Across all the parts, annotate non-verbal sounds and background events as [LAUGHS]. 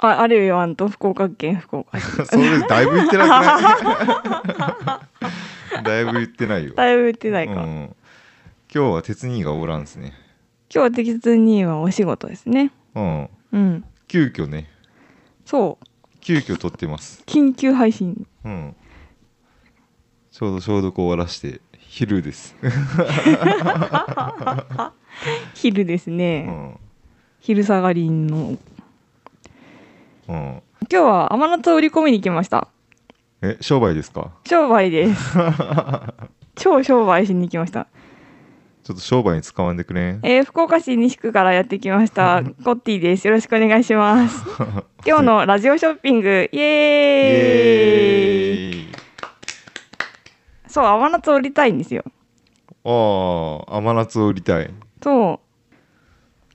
あ、あるよ、あんと福岡県福岡市。 [LAUGHS] それだいぶ言ってない。 [LAUGHS] だいぶ言ってないよ。だいぶ言 [LAUGHS] ってないか。う今ん今日は鉄兄がおらんですね。日は適切にはお仕事ですね。うん。うん。急遽ね、そう。急遽撮ってます。緊急配信。うん。ちょうど消毒終わらして昼です。昼ですうね。ん。昼下がりの。うん。今日は甘夏を売り込みに来ました。え、商売ですか。商売 [LAUGHS] です。超商売しに来ました。ちょっと商売に使わんでくれん。えー福岡市西区からやってきました。コッティです。よろしくお願いします。今日のラジオショッピング、イエ [LAUGHS] イーエイーイ。そう、甘夏を売りたいんですよ。ああ、甘夏を売りたい。そう。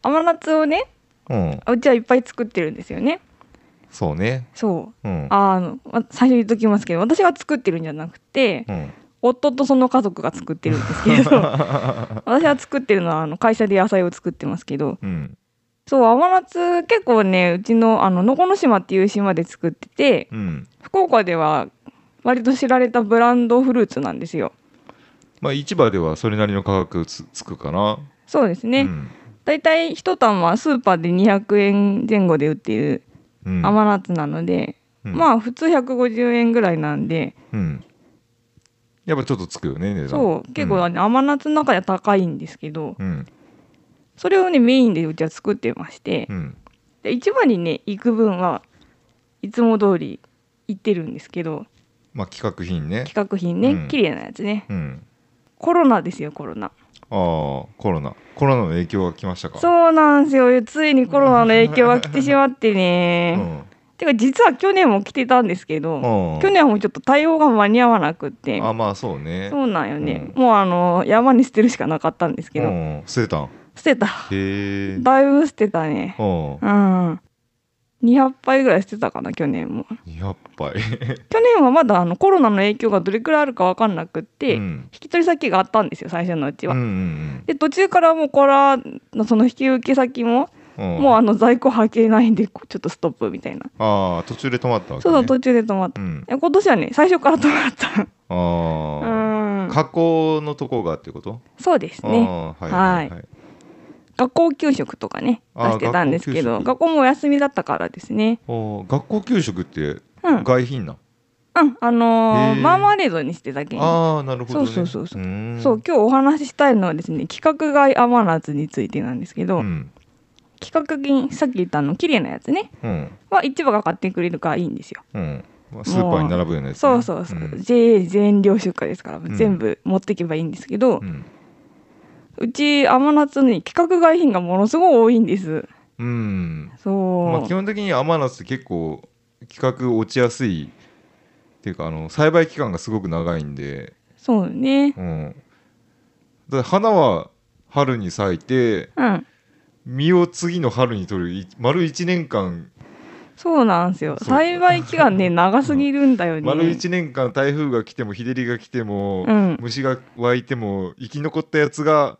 甘夏をね、うん。うちはいっぱい作ってるんですよね。そうね。そう。うん。あの、ま最初に言っときますけど、私は作ってるんじゃなくて、うん。夫とその家族が作ってるんです [LAUGHS] けど、私は作ってるのは、あの、会社で野菜を作ってますけど、うん。そう、甘夏結構ね、うちの、あの、のこの島っていう島で作ってて、うん。福岡では割と知られたブランドフルーツなんですよ。まあ市場ではそれなりの価格つつくかな。そうですね。うんだいたい一玉スーパーで200円前後で売っているうん。甘夏なので、うんまあ普通150円ぐらいなんで、うん。やっぱちょっとつくよね、値段。そう結構、ね甘夏の中では高いんですけど、うん。それをねメインでうちは作ってましてう、ん。で市場にね行く分はいつも通り行ってるんですけどまあ企画品ね。企画品ね、うん綺麗なやつねうん。コロナですよコロナああ、コロナ。コロナの影響が来ましたか。う。そうなんですよついにコロナの影響が来てしまってうね、ん。てか実は去年も来てたんですけど、うん去年はもうちょっと対応が間に合わなくってあまあそうね。そうなんよね、うもうあの山に捨てるしかなかったんですけど、うん。捨てたん。捨てたへえ。だいぶ捨てたねうん。うん200杯ぐらい捨てたかな去年も200杯。去年はまだあのコロナの影響がどれくらいあるか分かんなくって、うん。引き取り先があったんですよ最初のうちは、うんうんで途中からもうこれはその引き受け先も、うん。もううあん。の在庫履けないんでこうちょっとストップみたいな、ああ、途中で止まったわけ、ね。そうそう途中で止まった、うん。え今年はね最初から止まった [LAUGHS] うああ。ん加工のとこがってこと。そうですねああ、はいはいはい。学校給食とかね出あーしてたんですけど学校給食学校もお休みだったからですねおー学校給食ってうん、外品なん。うん、あのーへーマーマレードにしてたけんああ、なるほど、ね。そうそうそうそううーんそう今日お話ししたいのはですね企画外アマナツについてなんですけど、うん。企画金さっき言ったあの綺麗なやつねうん。は市場が買ってくれるからいいんですようん。まあスーパーに並ぶようなやつ、ね。そうそうそう、JA 全量出荷ですからん全部持ってけばいいんですけど、う。うんち甘夏に企画外品がものすごい多いんですうん。そう、まあ、基本的に甘夏って結構企画落ちやすい。っていうか、あの栽培期間がすごく長いんで。そうねうん。だから花は春に咲いて。うん実を次の春に取るい丸1年間そうなんですよそう栽培期間ね長すぎるんだよね、丸1年間台風が来ても日照りが来ても、うん虫が湧いても生き残ったやつが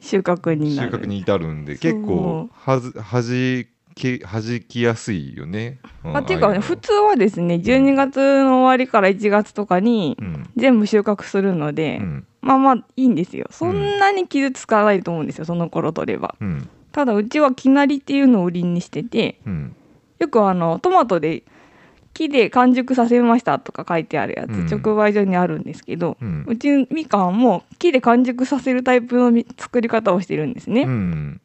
収穫にな収る穫に至るんでそう結構はずはじけはじきやすいよね。うんまあ、っていうかああねの普通はですね12月の終わりから1月とかにうん全部収穫するので、うんまあまあいいんですよそんなに傷つかないと思うんですよその頃取ればうんただうちは木なりっていうのを売りにしててうんよくあのトマトで木で完熟させましたとか書いてあるやつ、うん直売所にあるんですけど、うんうちみかんも木で完熟させるタイプのみ作り方をしてるんですね、うん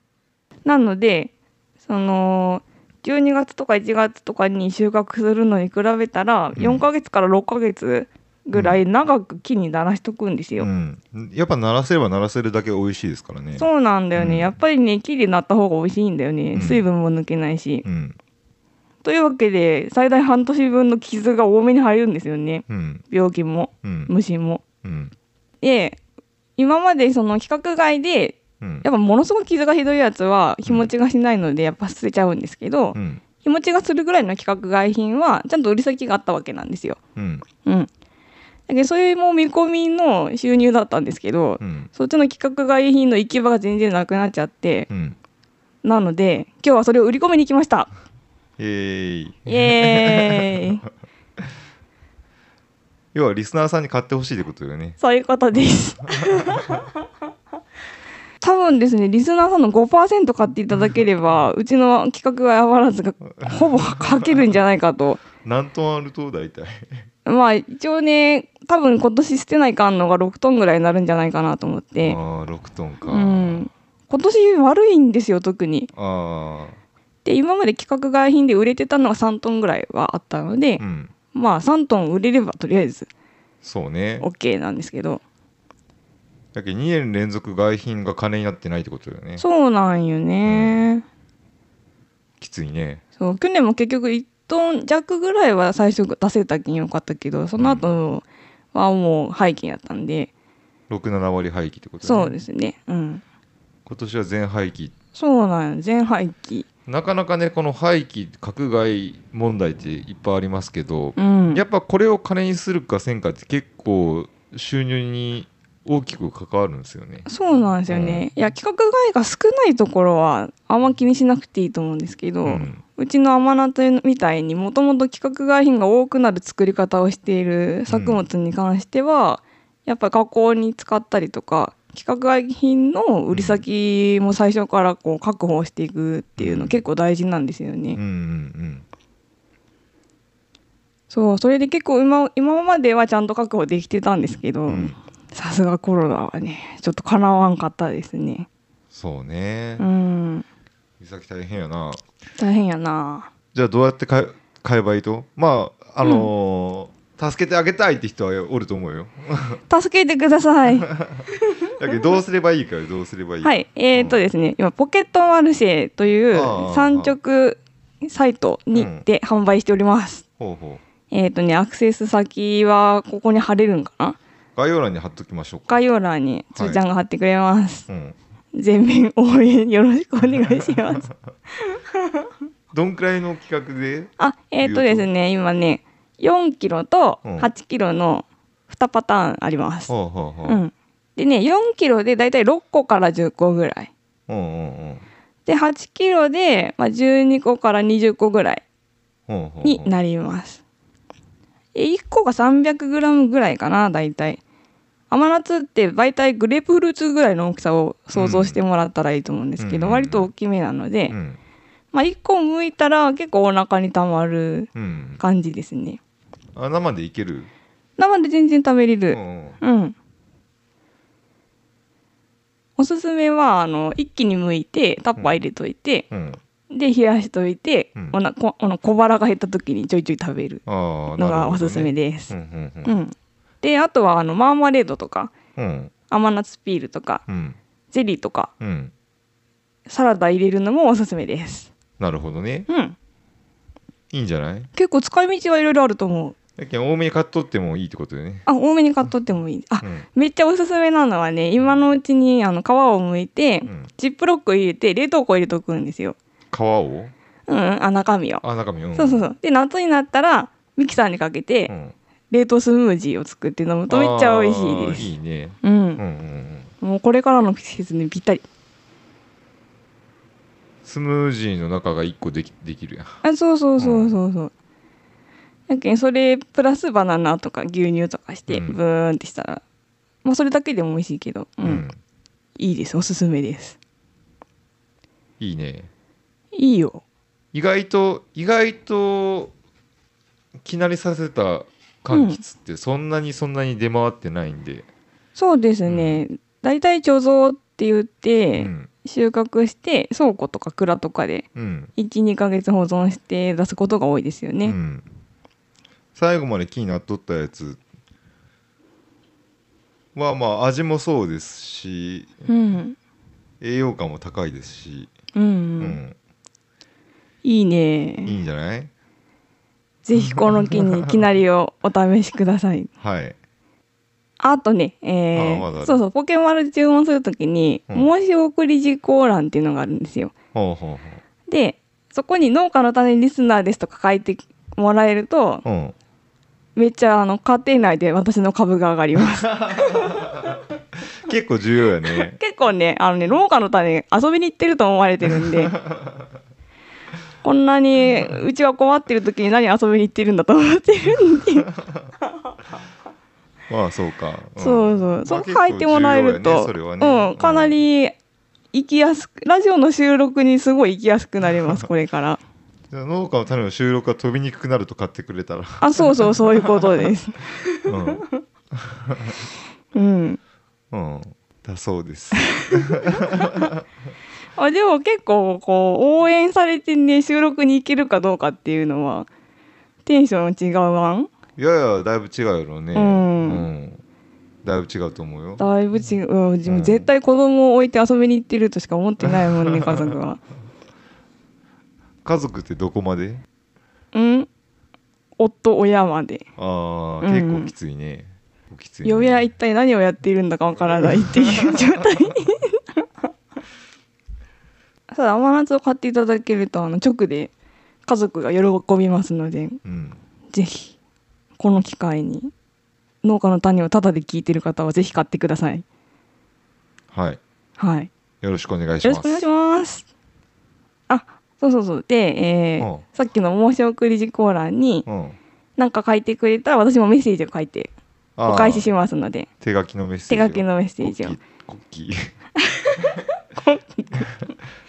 なのでその12月とか1月とかに収穫するのに比べたらうん4ヶ月から6ヶ月ぐらい長く木にならしとくんですよ。うんやっぱ鳴らせれば鳴らせるだけ美味しいですからね。そうなんだよね、うんやっぱりね木でなった方が美味しいんだよね、うん水分も抜けないし。うんというわけで最大半年分の傷が多めに入るんですよねうん病気もうん虫も。うんで今までその規格外でうんやっぱものすごく傷がひどいやつは日持ちがしないのでやっぱ捨てちゃうんですけど、うん日持ちがするぐらいの規格外品はちゃんと売り先があったわけなんですよ。うんうん、だけどそれも見込みの収入だったんですけど、うんそっちの規格外品の行き場が全然なくなっちゃってう、ん [LAUGHS] なので今日はそれを売り込みに来ました。イエーイイエーイ要はリスナーさんに買ってほしいってことだよねそういうことです [LAUGHS] 多分ですねリスナーさんの5%買っていただければうちの企画はやばらずがほぼかけるんじゃないかと何トンあると大体まあ一応ね多分今年捨てないかんのが6トンぐらいになるんじゃないかなと思っあて、あ6トンか、うん、今年悪いんですよ特にああで今まで規格外品で売れてたのが3トンぐらいはあったのでう、んまあ3トン売れればとりあえずそうね OK なんですけどだけど2年連続外品が金になってないってことだよねそうなんよね、きついねそう去年も結局1トン弱ぐらいは最初出せた金よかったけどその後はもう廃棄やったんで、 67割廃棄ってことだねそうですねうん今年は全廃棄そうなんよ全廃棄なかなかねこの廃棄格外問題っていっぱいありますけど、うんやっぱこれを金にするかせんかって結構収入に大きく関わるんですよねそうなんですよね、いや規格外が少ないところはあんま気にしなくていいと思うんですけど、ううんちの甘納豆みたいにもともと規格外品が多くなる作り方をしている作物に関しては、やっぱ加工に使ったりとか規格外品の売り先も最初からこう確保していくっていううんの結構大事なんですようね。んうんそうそれで結構今今まではちゃんと確保できてたんですけうどん、うんさすがコロナはねちょっとかなわんかったですね。そうねうん美咲大変やな大変やなじゃあどうやって買え買えばいいとまああのー助けてあげたいって人はおると思うよ助けてくださいだけどどうすればいいかよどうすればいいかはいえー、とですね今ポケットマルシェというああ産直サイトにて販売しております、ほうほうえっ、とねアクセス先はここに貼れるんかな概要欄に貼っときましょうか、概要欄につーちゃんが貼ってくれます、うん、全面応援よろしくお願いします [LAUGHS] どんくらいの企画であえっ、とですね今ね4キロと8キロの2パターンあります、ほうほうほう、うん、でね4キロでだいたい6個から10個ぐらいうんうんうんで8キロで、まあ、12個から20個ぐらいほうほうほうになりますえ1個が 300g ぐらいかな大体甘夏って大体グレープフルーツぐらいの大きさを想像してもらったらいいと思うんですけど、うん割と大きめなので、うんまあ、1個剥いたら結構お腹にたまるうん、感じですねあ生でいける、生で全然食べれうるんうん、うん、おすすめはあの一気に剥いてタッパー入れといて、うん、で冷やしといて、うんおなこあの小腹が減った時にちょいちょい食べるあーのなるがほどねおすすめです。うんうんうんであとはあのマーマレードとかうんうん甘夏ピールとかうんゼリーとかうんサラダ入れるのもおすすめです。なるほどねうん、いいんじゃない結構使い道はいろいろあると思う。だけど多めに買っとってもいいってことだよねあ多めに買っとってもいい。あうんめっちゃおすすめなのはね今のうちにあの皮をむいて、うんジップロック入れて冷凍庫入れとくんですよ。皮をうん、あ中身を。あ中身うんそうそうそう。で夏になったらミキサーにかけて、うん冷凍スムージーを作って飲むとめっちゃ美味しいですあー。いいねううんうんん、うんもうこれからの季節にぴったり。スムージーの中が1個できできるやんあ、そうそうそうそうそう。だけどそれプラスバナナとか牛乳とかしてうんブーンってしたら、まあそれだけでも美味しいけど、うん、うんいいです、おすすめです。いいねいいよ。意外と意外と気なりさせた柑橘ってそんなにそんなに出回ってないんで、そうですね。だいたい貯蔵って言っうて、ん収穫して倉庫とか蔵とかでうん1、2ヶ月保存して出すことが多いですようね。ん、最後まで気になっとったやつはまあ味もそうですしうん、栄養価も高いですし、うん、ううんん、いいね。いいんじゃないぜひこの機にい [LAUGHS] きなりをお試しください。はいあとね、えあまだあーるそうそう、ポケマル注文するときに、うん申し送り事項欄っていうのがあるんですよ。ほうほうで、そこに農家の種リスナーですとか書いてもらえるほと、う、うん、めっちゃあの家庭内で私の株が上がり [LAUGHS] ます。結構重要やね [LAUGHS] [LAUGHS] 結構ね、あのね、農家の種遊びに行ってると思われてるんで、こんなにうちが困ってる時に何遊びに行ってるんだと思ってるんで、まあそうか、んそうそうまそあう書いてもらえると、結構重要やねそれはねうん、かなり行きやすくラジオの収録にすごい行きやすくな [LAUGHS] りますこれからじゃあ農家の種の収録が飛びにくくなると買ってくれた [LAUGHS] ら、あそうそうそういうことです [LAUGHS] うん、うんうん、だそうです。あでも結構こう応援されてね収録に行けるかどうかっていうのはテンション違うわんいやいやだいぶ違うやろうね。うんんだいぶ違うと思うよ。だいぶ違う、うん、自う分ん絶対子供を置いて遊びに行ってるとしか思ってないも [LAUGHS] んね家族は家族ってどこまで？うん夫親までああ、うん結構きついね。きつい、ね。嫁は一体何をやっているんだかわからないっていう状態ただ甘夏を買っていただけるとあの直で家族が喜びますのでうん。ぜひこの機会に農家の種をタダで聞いてる方はぜひ買ってくださいはい。はいよろしくお願いしよろます。しくお願いしますあそうそうそうで、えーうんさっきの申し送り事項欄にうん。何か書いてくれたら私もメッセージを書いてあーお返ししますので手書きのメッセージ手を。書きのメッセージをコッキー。コッキー。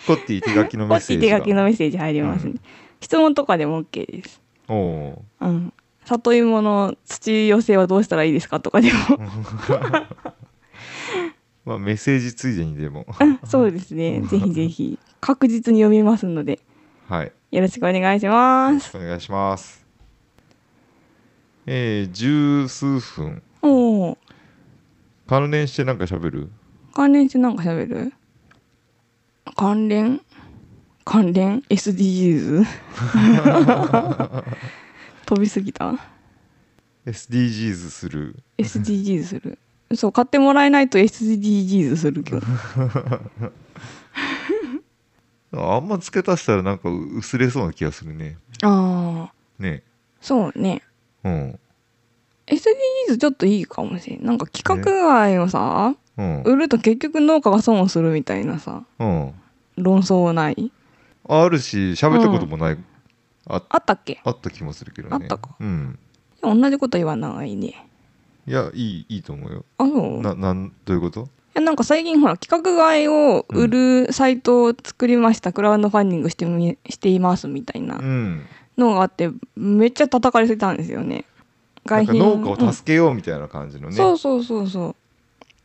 コッティ手書きのメこッっセちージ手が。書きのメッセージ入りますね、う質問とかでも OK です、おおうん、里芋の土寄せはどうしたらいいですかとかでもー。まあメッセージついでにで [LAUGHS] も。そうですねぜひぜひ確実に読みますのではい。よろしくお願いしますお願いします。えー、十数分。おお関連してなんか喋る関連してなんか喋る関連関連 SDGs [LAUGHS] 飛びすぎた ?SDGs する。 SDGs するそう買ってもらえないと SDGs するけ [LAUGHS] どあんま付け足したらなんか薄れそうな気がするね。ああね。そうねうん。 SDGs ちょっといいかもしれんなんか規格外をさうん。売ると結局農家が損をするみたいなさうん。論争ないあるし、喋ったこともない。ああったっけあった気もするけどね。あったか。うん。同じこと言わないねいや、いい、いいと思うよ。あそういな、なん、どういうことやなんか最近ほら規格外を売るサイトを作りました、クラウドファンディングしてみしていますみたいなうん。のがあってめっちゃ叩かれてたんですよねなんか農家をうん助けようみたいな感じのね。そうそうそうそ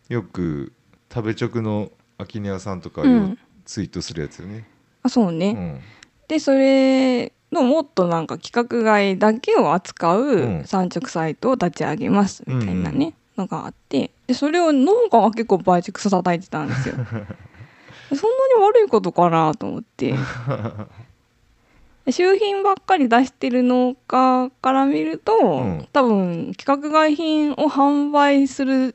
うよく、食べ直の秋根屋さんとかうよんツイートするやつよね。あそうね、うん。でそれのもっとなんか規格外だけを扱ううん産直サイトを立ち上げますみたいなね、うんうんのがあってでそれを農家が結構倍熟さ叩いてたん [LAUGHS] ですよそんなに悪いことかなと思 [LAUGHS] ってで周品ばっかり出してる農家から見ると、ん多分規格外品を販売する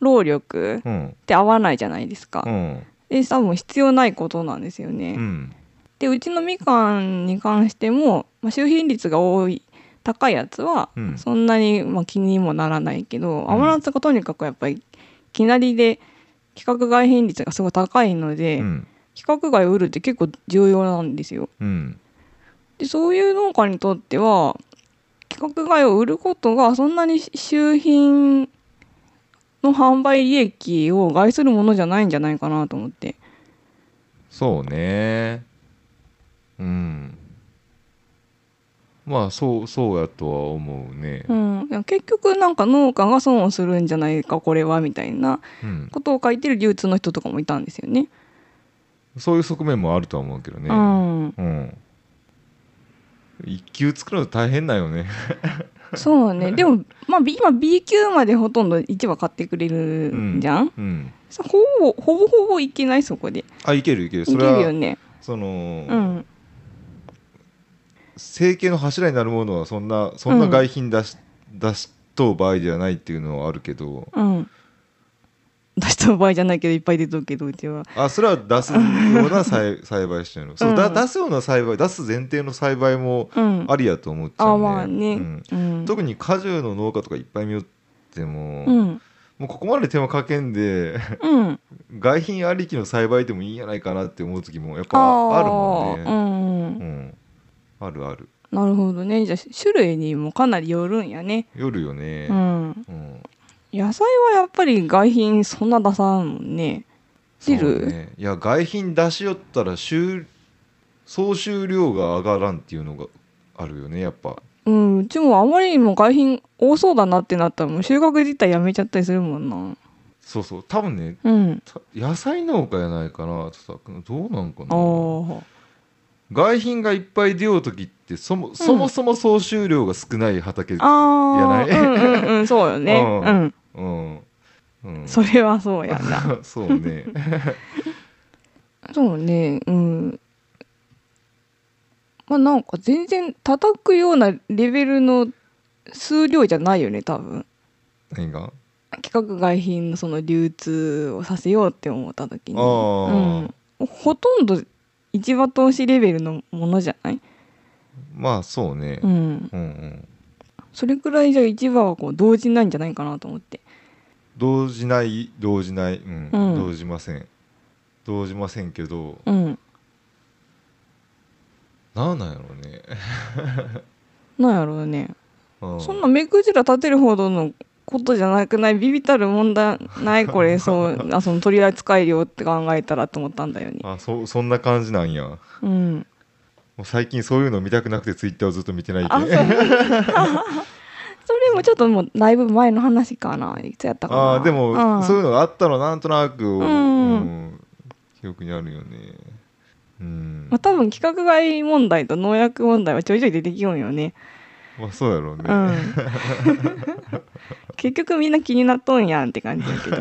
労力うん。って合わないじゃないですか、うん。で多分必要ないことなんですよね、うん。でうちのみかんに関しても、まあ、収品率が多い高いやつはうんそんなに、まあ、気にもならないけど、ん甘夏がとにかくやっぱりきなりで規格外品率がすごい高いので、うん。規格外を売るって結構重要なんですよ。うん。でそういう農家にとっては規格外を売ることがそんなに収品の販売利益を害するものじゃないんじゃないかなと思って。そうねうんまあそうそうやとは思うねうん、でも結局なんか農家が損をするんじゃないかこれはみたいなうん、ことを書いてる流通の人とかもいたんですよね。そういう側面もあるとは思うけどねうん、うん一級作るの大変だよねそう [LAUGHS] ねでも、まあ、B- 今 B 級までほとんど1は買ってくれるんじゃん、うんさほぼほぼほぼいけないそこでいあいけるいけるけそるれはよね。その、うん、生計の柱になるものはそんなそんな外品出し,、出しとう場合ではないっていうのはあるけどうん出した場合じゃないけどいっぱい出とるけどうちは。あそれは出すよう [LAUGHS] な栽栽培してるの、そううんだ出すような栽培出す前提の栽培もうん、ありやと思っちゃあうね,、まあね。うんうん特に果樹の農家とかいっぱい見よっても、うもんうここまで手間かけんで [LAUGHS] うん、外品ありきの栽培でもいいんやないかなって思う時もやっあぱあるもんーね、うんうんうんあるあるなるほどねじゃあ種類にもかなりよるんやね、夜よねうんうん野菜はやっぱり外品そんな出さんもんね汁そうねいや外品出しよったら収総収量が上がらんっていうのがあるよねやっぱうんうちもあまりにも外品多そうだなってなったらもう収穫自体やめちゃったりするもんなそうそう多分ねうんた野菜農家やないかなちょっとどうなんかあなー外品がいっぱい出よう時ってそもそもそも総収量が少ない畑、うんあーいやないうんうんうんそうよね [LAUGHS] うんうんうんそれはそうや [LAUGHS] なそうねそうねうんまあなんか全然叩くようなレベルの数量じゃないよね多分何が規格外品のその流通をさせようって思った時に、あーうん、ほとんど市場投資レベルのものじゃない、まあそうね、ううん、ん、うんそれくらいじゃ市場はこう動じないんじゃないかなと思って動じない動じない、うんうん動じません動じませんけどうんなんなんやろうね、なんやろうねうそんな目くじら立てるほどのことじゃなくないビビたる問題ないこれそうあその取り扱い量って考えたらと思ったんだよね [LAUGHS] あそそんな感じなんやもうんう最近そういうの見たくなくてツイッターをずっと見てないあそう [LAUGHS] けそれもちょっともうだいぶ前の話かないつやったかな [LAUGHS] あーでも、うんそういうのがあったのなんとなく、んうん記憶にあるよねうんまあ、多分規格外問題と農薬問題はちょいちょい出てきよんよね。まあそうやろうね、うん結局みんな気になっとんやんって感じだけど。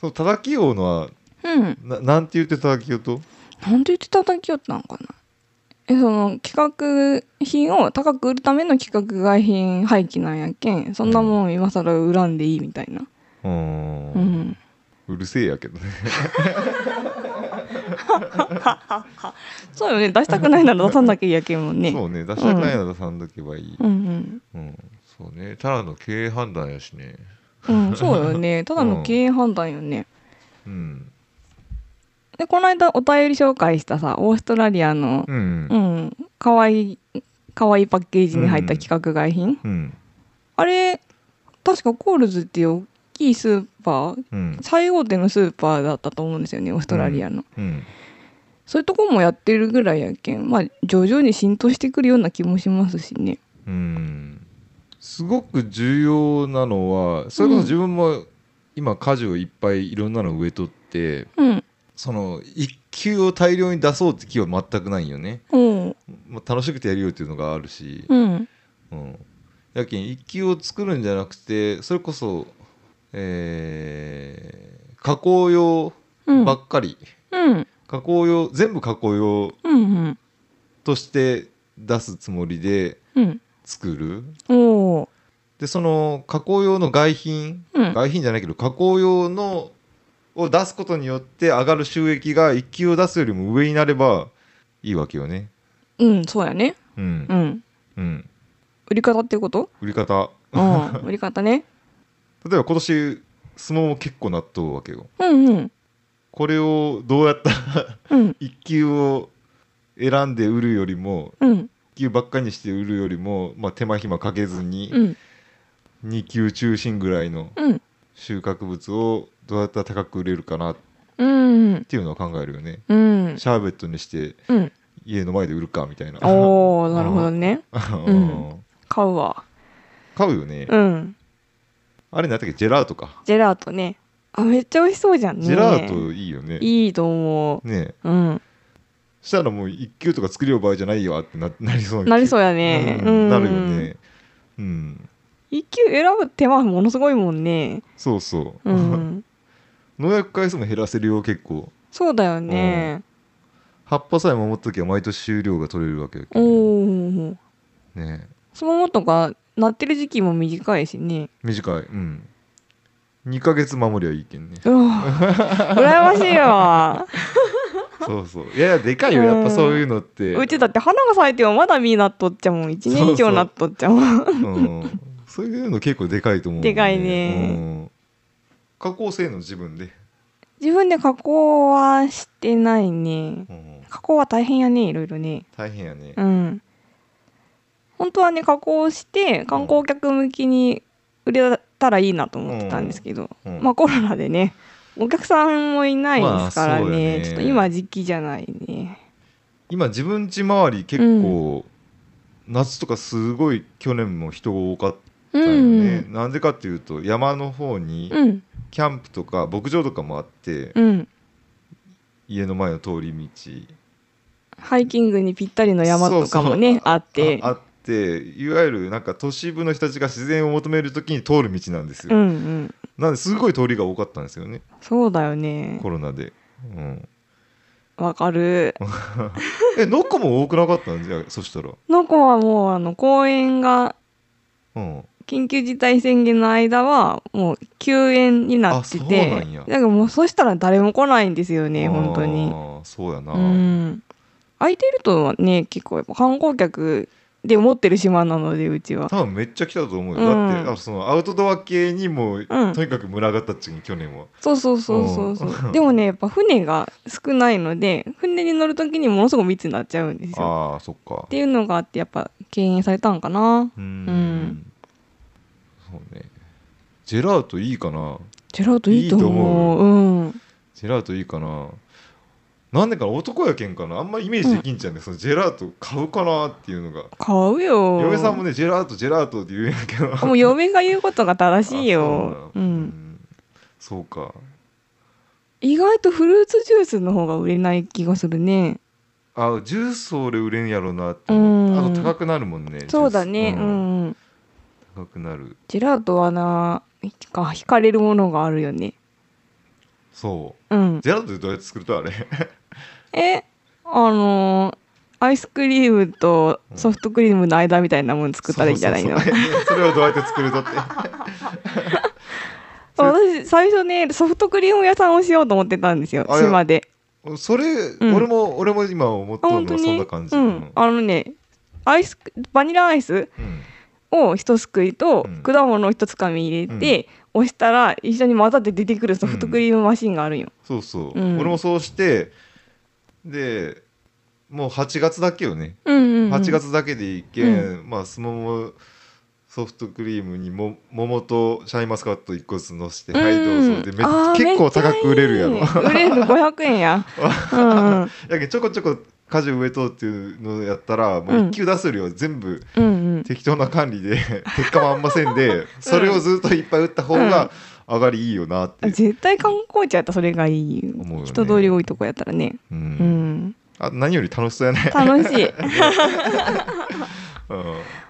そう叩き王のはうん。ななんて言って叩きよとなんで言って叩きよったんかな。えその規格品を高く売るための規格外品廃棄なんやけんそんなもん今更恨んでいいみたいな。ううんん。うるせえやけどねそうよね出したくないなら出さなきゃいいやけんもんね。そうね出したくないならさんどけばいい、うんうん、そうねただの経営判断やしねうん。うんそうよね。ただの経営判断よね。うんでこの間お便り紹介したさオーストラリアのうんううんんかわいいかわいいパッケージに入った規格外品、うんあれ確かコールズっていう大きいスーパーうん最大手のスーパーだったと思うんですよねオーストラリアの、うんそういうとこもやってるぐらいやけんまあ徐々に浸透してくるような気もしますしねうんすごく重要なのはそれこそ自分も今果樹をいっぱいいろんなの植えとってうんその一級を大量に出そうって気は全くないよね、うんまあ、楽しくてやるよっていうのがあるし、うんうん、やけん一級を作るんじゃなくてそれこそ、えー加工用うんばっかり、うん加工用全部加工用うんとして出すつもりでうん作るおーでその加工用の外品、うん外品じゃないけど加工用のを出すことによって上がる収益が一級を出すよりも上になればいいわけよね。うんそうやねうんう、んうん、売り方っ [LAUGHS] てこと売り方うん売り方ね例えば今年相撲も結構なっとうわけよ。うんうんこれをどうやったら [LAUGHS] うん一級を選んで売るよりもうん一級ばっかりにして売るよりも、まあ、手間暇かけずにうん2級中心ぐらいのうん収穫物をどうやったら高く売れるかなっうんていうのは考えるよね。うんシャーベットにしてうん家の前で売るかみたいな。おーなるほどねん買うわ買うよね。うんあれなんだっけジェラートか。ジェラートねあめっちゃ美味しそうじゃんねジェラートいいよね。いいと思ねえううんしたらもう一級とか作りよう場合じゃないよってななりそうなりそううやねうんなるよね。うん。一級選ぶ手間ものすごいもんねそうそう。うん [LAUGHS] 農薬回数も減らせるよ結構。そうだよね葉っぱさえ守っときゃ毎年収量が取れるわけよ。おおねえスモモとかなってる時期も短いしね。短い。うん。2ヶ月守りゃいいけんね [LAUGHS] うわ羨ましい [LAUGHS] わそうそう。いやいや、でかいよ。やっぱそういうのって。うちだって花が咲いてもまだ実なっとっちゃもん1年以上なっとっちゃもんうんそういうの結構でかいと思う、でかいねうん加工性の自分で、自分で加工はしてないねうん加工は大変やねいろいろね大変やね、うん本当はね加工して観光客向きに売れたらいいなと思ってたんですけど、うんまあコロナでねお客さんもいないですからね,、まあそうよねちょっと今時期じゃないね今自分家周り結構、夏とかすごい去年も人が多かったよねな、んでかっていうと山の方にうんキャンプとか牧場とかもあって、うん家の前の通り道ハイキングにぴったりの山とかもそうねそうあってああっていわゆるなんか都市部の人たちが自然を求めるときに通る道なんですうよ、んうんなんですごい通りが多かったんですよねそうだよねコロナで、うん、わかるえノコも多くなかったんじゃそしたら、の子はもうあの公園がうん、緊急事態宣言の間はもう休園になっててあそうなんやからもうそしたら誰も来ないんですよねあー本当にそうやな、うん空いてるとはね結構やっぱ観光客で持ってる島なのでうちは多分めっちゃ来たと思うよ、うんだってあそのアウトドア系にも、うんとにかく群がったっちに去年はそうそうそうそうそううんでもねやっぱ船が少ないので船に乗る時にものすごく密になっちゃうんですよああそっかっていうのがあってやっぱ敬遠されたんかなうーんうんそうねジェラートいいかなジェラートいいと思いういうんジェラートいいかななんでかな男やけんかなあんまイメージできんじゃんね、そのジェラート買うかなっていうのが買うよ嫁さんもねジェラートジェラートって言うんやけどもう嫁が言うことが正しいよあそううなんそうか意外とフルーツジュースの方が売れない気がするねあジュース俺売れんやろうなって思ったうあんと高くなるもんねそうだねジューうスん、うん、高くなるジェラートはなか惹かれるものがあるよねそううん [LAUGHS] ジェラートってどうやって作るとあれえあのーアイスクリームとソフトクリームの間みたいなもの作ったらいいんじゃないのそうそうそうそれをどうやって作る [LAUGHS] とってそう私最初ねソフトクリーム屋さんをしようと思ってたんですよあいや島でそれ、ん俺も俺も今思っあた本の当はそんにな感じ、うん、あのねアイスクバニラアイスうんを一すくいとうん果物を一つかみ入れて、押したら一緒に混ざって出てくるソフトクリームマシンがあるんよ、そうそう、うん俺もそうしてでもう8月だけよね、うんうんうん8月だけでいけん、まあすももソフトクリームにも桃とシャインマスカット1個ずつのして、はいどうぞでめあー結構めっちゃ高く売れるやろいいや売れるの500円 [LAUGHS] やうんうんけどちょこちょこ果樹植えとうっていうのやったらもう1級出せるよ、全部うんうん適当な管理で [LAUGHS] 結果もあんませんで、それをずっといっぱい打った方が上がりいいよなって、絶対観光地やったらそれがいいよ思うよね人通り多いとこやったらねううんんあ何より楽しそうやね、[LAUGHS] 楽しいうん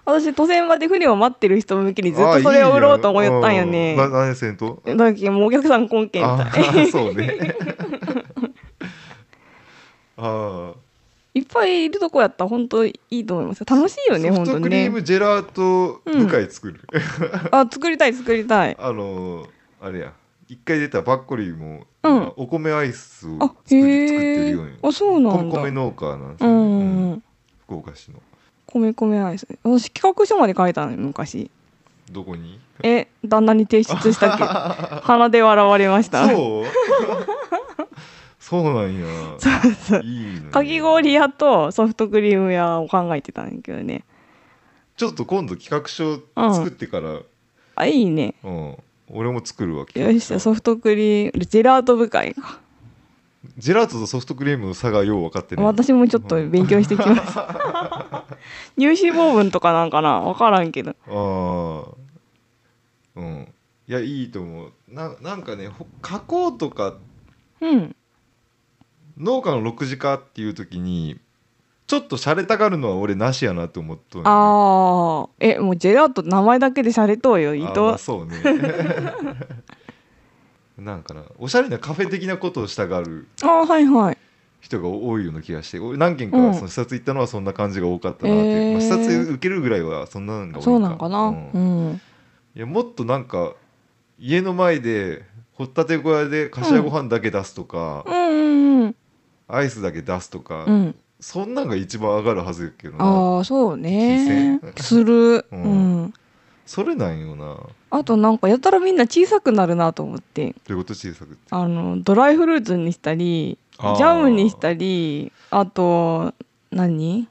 私都線場で船を待ってる人向けにずっとそれを売ろうと思ったんよあいいねな何せんとだけどもうお客さん来んけんみあたいー [LAUGHS] そうね。あいっぱいいるとこやったら本当いいと思います楽しいあ、よねソ本フ当トにクリねームジェラート部会作る。あ作りたい作りたい [LAUGHS] あのーあれや一回出たばっこりも、うんお米アイスをあ作り作ってへるえように。あそうなんだ米農家なんですうよ、んううんんうん福岡市の米米アイス私企画書まで書いたのよ昔どこに？え旦那に提出した [LAUGHS] っけ鼻で笑われましたそう。 [LAUGHS] そうなんや。いいねかき氷屋とソフトクリーム屋を考えてたんやけどねちょっと今度企画書作ってから、あいいねうん、俺も作るわけ。よっしゃソフトクリームジェラート部会かジェラートとソフトクリームの差がよう分かってない。私もちょっと勉強してきま [LAUGHS] した乳脂肪分とかなんかな分からんけどああ。うん。いや、いいと思う。ななんかね、ほ加工とか、うん農家の6時化っていう時に、ちょっと洒落たがるのは俺なしやなって思っとんよねああえもうジェラート名前だけでしゃれとうよ伊あーまあ藤そうね。 [LAUGHS] なんかな、おしゃれなカフェ的なことをしたがるああはいはい人が多いような気がして、俺何件うかんその視察行ったのはそんな感じが多かったなっていう。まえーあ、視察受けるぐらいはそんなのが多いそうなんかなううんん、うんいやもっとなんか家の前で掘ったて小屋でかしわご飯だけ出すとか、うんうんアイスだけ出すとか、うんそんなんが一番上がるはずやけどなああそうね人生するううんんそれなんよなあとなんかやたらみんな小さくなるなと思ってということ小さくってあのドライフルーツにしたりあージャムにしたりあと何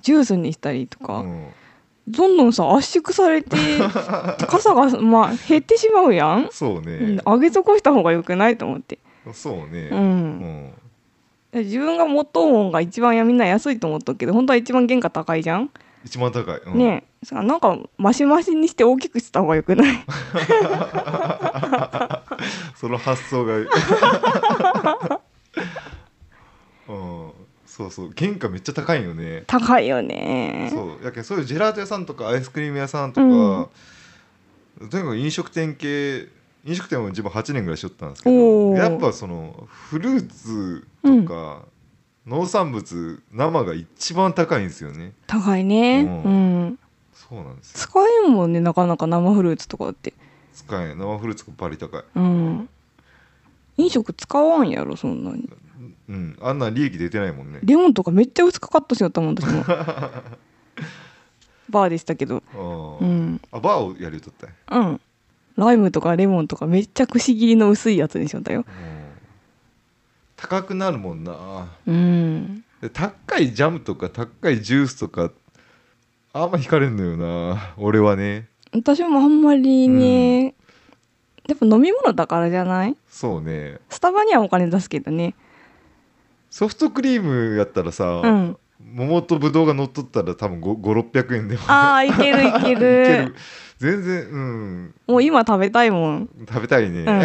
ジュースにしたりとか、うんどんどんさ圧縮さ [LAUGHS] れて傘が、まあ、減ってしまうやん、そううんね、上げ底した方がよくないと思って、そうね、ううんん自分が持っとうもんが一番いやみんな安いと思っとくけど本当は一番原価高いじゃん、一番高い、うんねえさなんかマシマシにして大きくした方がよくないその発想が [LAUGHS] うんそうそう原価めっちゃ高いよね高いよねそうやけんそういうジェラート屋さんとかアイスクリーム屋さんとか、とにかく飲食店系飲食店を自分8年ぐらいしよったんですけどおーやっぱそのフルーツとか、農産物生が一番高いんですよね高いねううんそうなんですよ使えんもんねなかなか生フルーツとかって使えない生フルーツがバリ高いうん飲食使わんやろそんなにうんあんな利益出てないもんねレモンとかめっちゃ薄くカットしよったも [LAUGHS] ん私もバーでしたけどあー、うんあバーをやりとったんやうんライムとかレモンとかめっちゃくし切りの薄いやつにしよったようん高くなるもんなうんで高いジャムとか高いジュースとかあんま惹かれんのよな俺はね私もあんまりね、やっぱ飲み物だからじゃないそうねスタバにはお金出すけどねソフトクリームやったらさ、うん桃とぶどうが乗っとったら多分5600円でもあーいけるいけ [LAUGHS] いけるる全然うんもう今食べたいもん、食べたいね、うん、今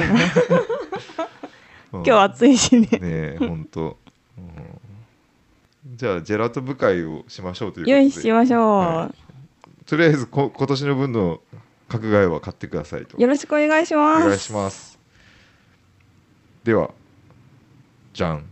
今日暑い [LAUGHS] しねねえほんと、うんじゃあジェラート部会をしましょうということよでいしましょう、はとりあえずこ今年の分の格外は買ってくださいとよろしくお願いしおます願いしますではじゃん